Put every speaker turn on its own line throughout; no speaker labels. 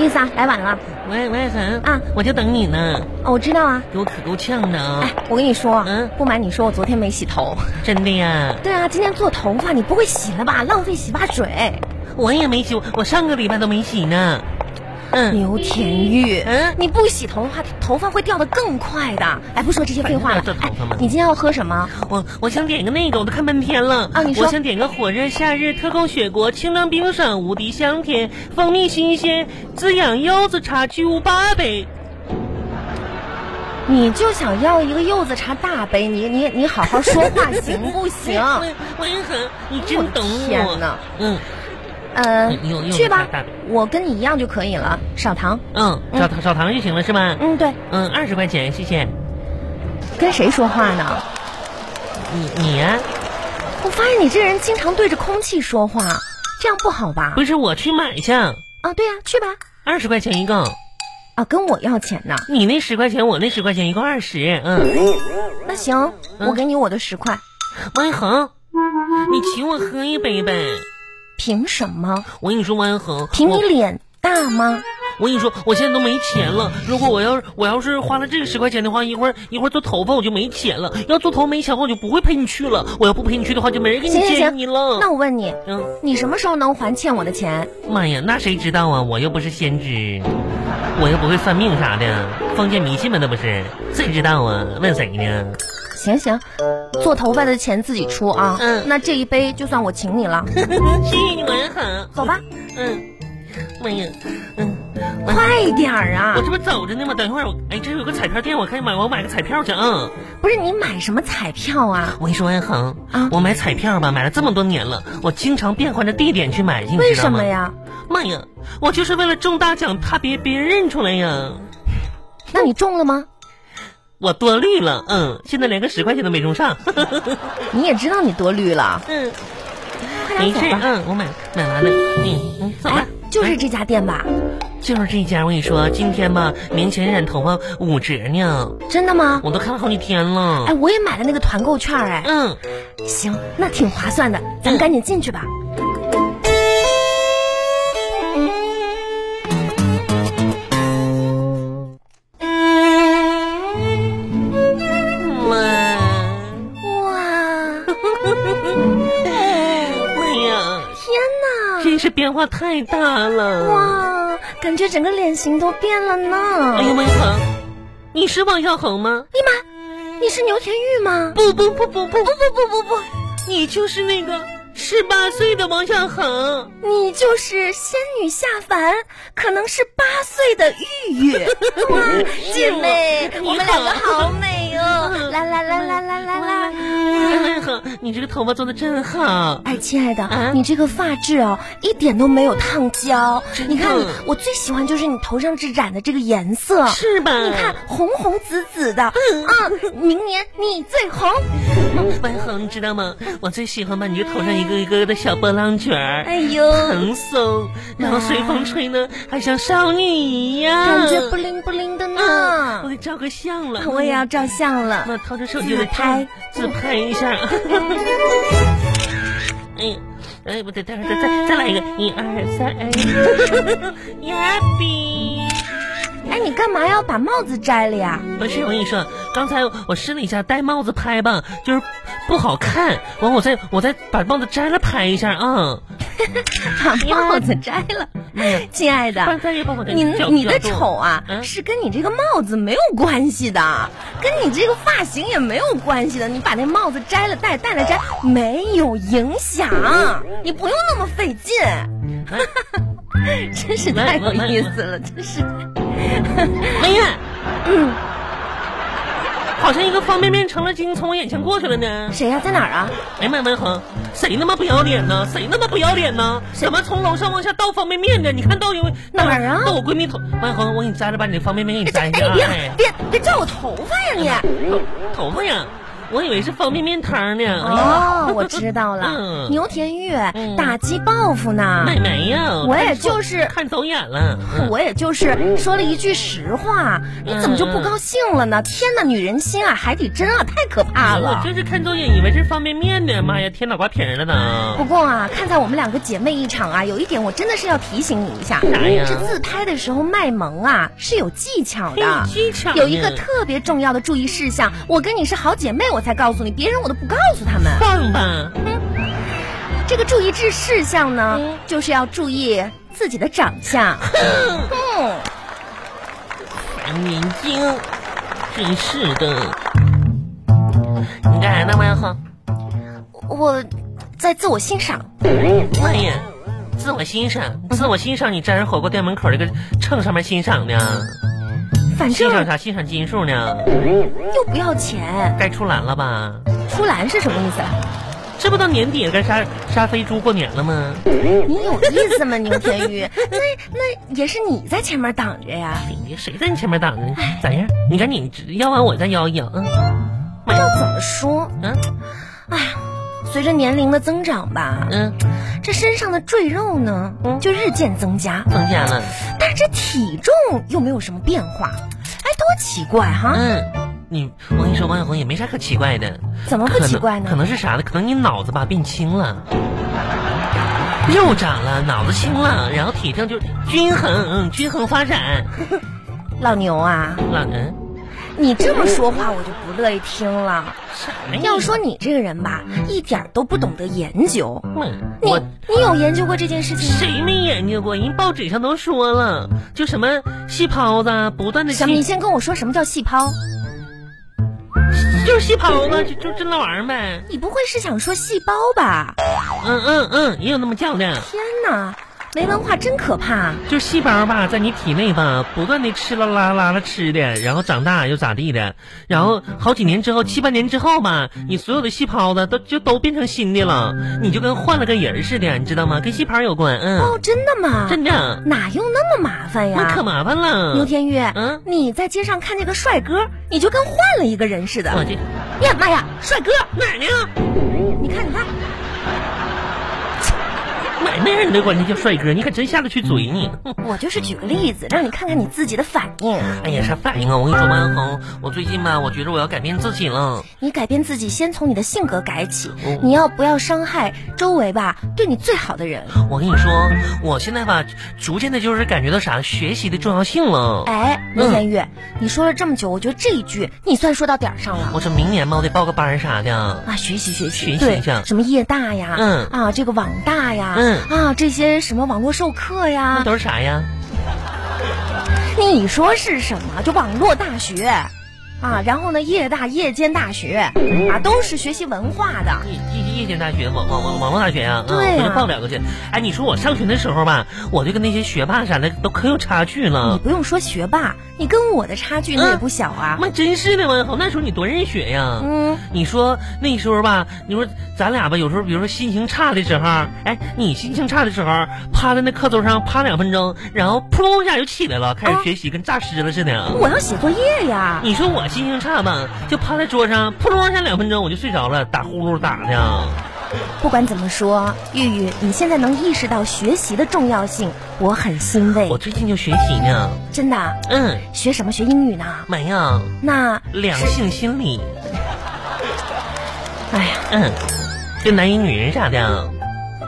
意思啊，来晚了。
喂喂，恒
啊
我就等你呢，
哦，我知道啊。
给我可够呛的啊
哎，，我跟你说，
嗯
不瞒你说，我昨天没洗 头。
真的呀，
对啊，今天做头发，你不会洗了吧？浪费洗发水。
我也没洗，我上个礼拜都没洗呢。嗯，
牛田玉，
嗯
你不洗头发，头发会掉的更快的。哎，不说这些废话了
反正。
哎
掉头发嘛，
你今天要喝什么？
我我想点个那个，我都看半天了
啊你说
我想点个火热夏日特供雪国，清凉冰爽，无敌香甜，蜂蜜新鲜，滋养腰子茶巨无霸杯。
你就想要一个柚子茶大杯，你你你好好说话行不行？
喂喂，恒，你 真懂
我
我。
天哪
嗯
呃
你有柚，子
去
茶
吧
大杯，
我跟你一样就可以了，少糖。
嗯，
嗯
少糖少糖就行了是吧？
嗯，对，
嗯，二十块钱，谢谢。
跟谁说话呢？
你你呀、
我发现你这人经常对着空气说话，这样不好吧？
不是我去买去，
啊，对呀、去吧。
二十块钱一个。
啊，跟我要钱呢。
你那十块钱，我那十块钱，一共二十。嗯，
那行，
嗯
我给你我的十块。
王一恒，你请我喝一杯呗。
凭什么？
我跟你说，王一恒，
凭你
我嗯
脸大吗？
我跟你说，我现在都没钱了。如果我要我要是花了这个十块钱的话，一会儿一会儿做头发我就没钱了。要做头没钱的话，我就不会陪你去了。我要不陪你去的话，就没人跟你
行行
见
行
你，了。
那我问你，
嗯，
你什么时候能还欠我的钱？
妈呀，那谁知道啊？我又不是先知，我又不会算命啥的，封建迷信嘛，那不是？谁知道啊？问谁呢？
行行，做头发的钱自己出啊。
嗯
那这一杯就算我请你了，
谢谢你们很，
走吧，
嗯，妈呀，嗯，
快点儿啊
我！这不走着呢吗？等一会儿我，哎，这有个彩票店，我看买，我买个彩票去啊。
不是你买什么彩票啊？
我跟你说，安恒
啊
我买彩票吧，买了这么多年了，我经常变换着地点去买去，你
为
知道
什
吗？
么？呀？
妈呀，我就是为了中大奖，怕别别人认出来呀。
那你中了吗？
我多虑了，嗯，现在连个十块钱都没中上，
你也知道你多虑了，
嗯，
快
没
点
事
走，吧。
嗯，我买买完了，嗯嗯，走吧
哎。，就是
嗯
这家店吧？
就是这家，我跟你说，今天吧，明前染头发五折呢，
真的吗？
我都看了好几天了。
哎，我也买了那个团购券哎。
嗯，
行，那挺划算的，咱
嗯
们赶紧进去吧。
哎妈，
哇，
妈呀，
天
真是变化太大
哪！
了。
哇，感觉整个脸型都变了
哎
呢。
呀，王一恒，你是王小恒吗？
立马，你是牛田玉吗？
不不不不不，
不不不不，
你就是那个十八岁的王小恒。
你就是仙女下凡，可能是八岁的玉玉。 哇，姐妹，
你好
我们两个好美哦！啦啦啦啦啦啦啦！
哎，王小恒，你这个头发做的真好。
哎，亲爱的，
啊
你这个发质哦，一点都没有烫焦。
真的
你看你，我最喜欢就是你头上这染的这个颜色，
是吧？
你看，红红紫紫的。嗯，明年你最红。
王小恒，你知道吗？我最喜欢把你这头上一个一个的小波浪卷儿。
哎呦，
蓬松，然后随风吹呢，还像少女一样，
啊感觉不灵不灵的
嗯，我
呢。
给照个相了，嗯
我也要照相
那
了。
掏出手机来
自拍
自拍一下。 哎呀，哎，不对，待会儿再再再来一个，一二三，哎，呀比。
哎，你干嘛要把帽子摘了呀？
不是，我跟你说，刚才我试了一下戴帽子拍吧，就是不好看。完，我再我再把帽子摘了拍一下啊。
把 帽子摘了，哎亲爱
刚
的。
才也把我的
你
角
啊你的
角度
丑啊，
嗯
是跟你这个帽子没有关系的，跟你这个发型也没有关系的。你把那帽子摘了戴，戴了摘，没有影响，你不用那么费劲。真是太有意思了，真是。
哎呀，嗯，好像一个方便面成了精从我眼前过去了呢。
谁呀、在哪儿啊？
哎呀妈呀，文恒，谁那么不要脸呢？谁那么不要脸呢？怎么从楼上往下倒方便面呢？你看到有
哪儿啊
到我闺蜜头，文恒，我给你摘了，把你的方便面给你摘
哎
下。
别
哎
别别拽我头发呀你！
啊头发呀，我以为是方便面汤呢。哎呀
哦，我知道了，
嗯
牛田玉
嗯
打击报复呢。
妹妹呀，
我也
看错
就是
看走眼了。嗯
我也就是说了一句实话，你怎么就
嗯
不高兴了呢？天哪，女人心啊，海底针啊，太可怕
我
了。
真是看走眼，以为是方便面呢。妈呀，天脑瓜皮儿了呢
不！过啊，看在我们两个姐妹一场啊，有一点我真的是要提醒你一下，
啥呀
这自拍的时候卖萌啊是有技巧的
嘿，哎技巧呢
有一个特别重要的注意事项，我跟你是好姐妹，我才告诉你，别人我都不告诉他们。
棒吧？
这个注意事事项呢
嗯，
就是要注意自己的长相。 嗯。
烦人精，真是的。你干啥呢，王小红？
我在自我欣赏。
妈呀，自我欣赏，自我欣赏，你站人火锅店门口这个秤上面欣赏呢？
反
欣赏
正
啥？欣赏斤数呢？
又不要钱，
该出栏了吧？
出栏是什么意思啊？
这不到年底了该杀杀飞猪过年了吗？嗯
你有意思吗，牛天 宇？那那也是你在前面挡着呀，
谁哎谁在你前面挡着？咋样？你赶紧邀完我再邀一邀，嗯
不知道怎么说。
嗯
随着年龄的增长吧，
嗯，
这身上的赘肉呢
嗯
就日渐增加，
增加了，
但这体重又没有什么变化，哎，多奇怪哈！
嗯，你我跟你说，王小红也没啥可奇怪的，
怎么哦不
可能
奇怪
可
呢？
能是啥呢？可能你脑子吧变轻了， 肉长了，脑子轻了，然后体重就均衡，嗯，均衡发展。嗯
老牛啊，
老人，
你这么说话我就不乐意听了。
啥呀？
要说你这个人吧，一点儿都不懂得研究。
嗯
你
我
你有研究过这件事情吗？
谁没研究过？人报纸上都说了，就什么细胞子啊，不断的
小米，你先跟我说什么叫细胞？
就是细胞子，啊就就这那玩意儿呗。
你不会是想说细胞吧？
嗯嗯嗯，也有那么叫的，
天哪，没文化真可怕！
就是细胞吧，在你体内吧，不断的吃了拉拉了吃的，然后长大又咋地的，然后好几年之后，七八年之后吧，你所有的细胞子都就都变成新的了，你就跟换了个人似的，你知道吗？跟细胞有关，嗯，
哦，真的吗？
真的，
哪用那么麻烦
那可
呀？
麻烦
牛
了。
天玉，
嗯
你在街上看见个帅哥，你就跟换了一个人似的。哎
我这
呀妈呀，帅哥！
哪儿呢？
你看，你看，
哪儿那人都管他叫帅哥，你可真下得去嘴你。哼
我就是举个例子，让你看看你自己的反应。
哎呀，啥反应啊？我跟你说，王小红，我最近吧，我觉着我要改变自己了。
你改变自己，先从你的性格改起
哦。
你要不要伤害周围吧？对你最好的人。
我跟你说，我现在吧，逐渐的就是感觉到啥学习的重要性了。
哎，
嗯
刘天玉，你说了这么久，我觉得这一句你算说到点儿上了。
我这明年吧，我得报个班儿啥的。
啊，学习学习，
哦学习
对
一下，
什么夜大呀，
嗯
啊，这个网大呀，
嗯
啊，这些什么网络授课
那
呀，
都是啥呀？
你说是什么？就网络大学，啊，然后呢，夜大夜间大学，啊，都是学习文化的。
夜夜夜间大学，网网网网络大学呀、啊，嗯，
对呀
我就报两个去。哎，你说我上学的时候吧，我就跟那些学霸啥的都可有差距
你
了。
不用说学霸，你跟我的差距那也
嗯
不小啊。
妈，真是的，王小红，那时候你多认学呀。
嗯，
你说那时候吧，你说咱俩吧，有时候比如说心情差的时候，哎，你心情差的时候，趴在那课桌上趴两分钟，然后扑通一下就起来了，开
啊
始学习，跟诈尸了似的。
我要写作业呀。
你说我心情差吧，就趴在桌上扑通一下两分钟，我就睡着了，打呼噜打的。
不管怎么说，玉玉，你现在能意识到学习的重要性，我很欣慰
我。最近就学习呢，
真的，啊
嗯，
学什么？学英语呢？
妈呀，
那
两性心理，
哎呀。
嗯，就男人女人啥的。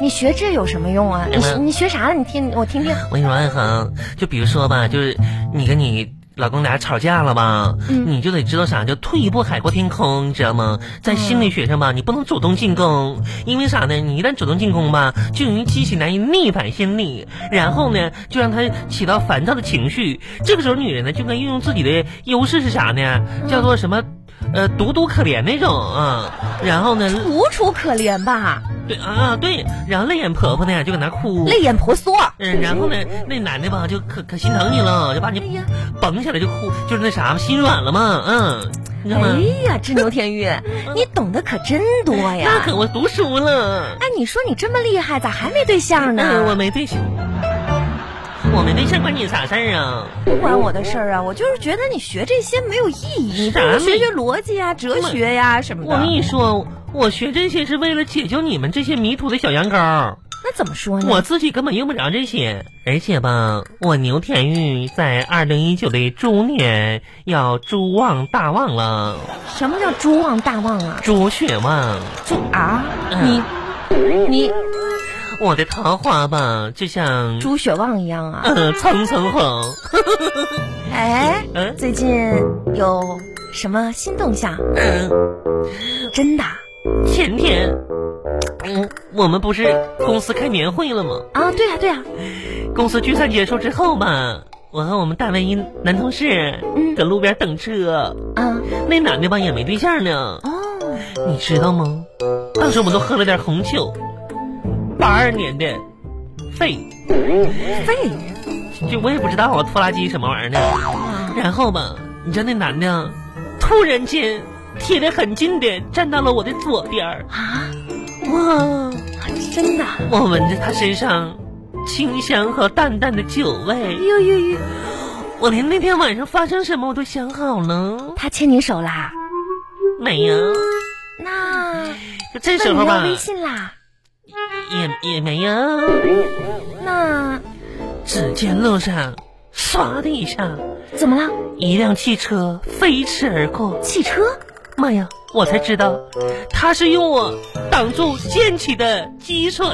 你学这有什么用啊？你学
嗯
你学啥了？你听我听听。
我跟你说，安恒，就比如说吧，就是你跟你老公俩吵架了吧，你就得知道啥，就退一步海阔天空，你知道吗？在心理学上吧，你不能主动进攻，因为啥呢？你一旦主动进攻吧，就容易激起男人逆反心理，然后呢，就让他起到烦躁的情绪。这个时候，女人呢就该运用自己的优势是啥呢？叫做什么？呃，独独可怜那种啊，然后呢，
楚楚可怜吧，
对啊对，然后泪眼婆婆呢就搁那哭，
泪眼婆娑。
嗯，然后呢，那男的吧就可可心疼你了，就把你
哎呀
绷起来就哭，就是那啥嘛，心软了嘛，嗯，你知道吗
哎？呀，这牛天 玉，你懂得可真多
那
呀！
可我读书
哎
了，
哎，你说你这么厉害，咋还没对象
哎，我
呢？
没对象，我们对象关你啥事儿啊？
不关我的事儿啊，我就是觉得你学这些没有意义，你不如学学逻辑啊、哲学呀、什么
我跟
的。
你说，我学这些是为了解救你们这些迷途的小羊羔。
那怎么说呢？
我自己根本用不着这些，而且吧，我牛田玉在二零一九的猪年要猪旺大旺了，
什么叫猪旺大旺啊？
猪血旺。
猪啊，你
嗯
你
我的桃花吧，就像
猪血旺一样啊？
呃蹭蹭红。
哎，
嗯
最近有什么新动向？
嗯、
真的啊
前天，嗯，我们不是公司开年会了吗？
啊？对呀、对呀、
公司聚餐结束之后吧，我和我们单位一男同事
嗯
搁路边等车，
啊，
那男的吧也没对象呢，
哦，
你知道吗？当时我们都喝了点红酒，八二年的，肺，
废
就我也不知道啊，拖拉机什么玩意儿的。
啊！
然后吧，你知道那男的突然间贴得很近的站到了我的左边儿，
啊，
哇！
真的，啊
我闻着他身上清香和淡淡的酒味。
哎呦呦呦，
我连那天晚上发生什么我都想好了，
他牵你手啦？
没有。
那
就这
那
时
你
候
要
吧，
微信啦？
也也没有。
那
只见路上，唰的一下，
怎么了？
一辆汽车飞驰而过。
汽车？
妈呀！我才知道，他是用我挡住溅起的积水。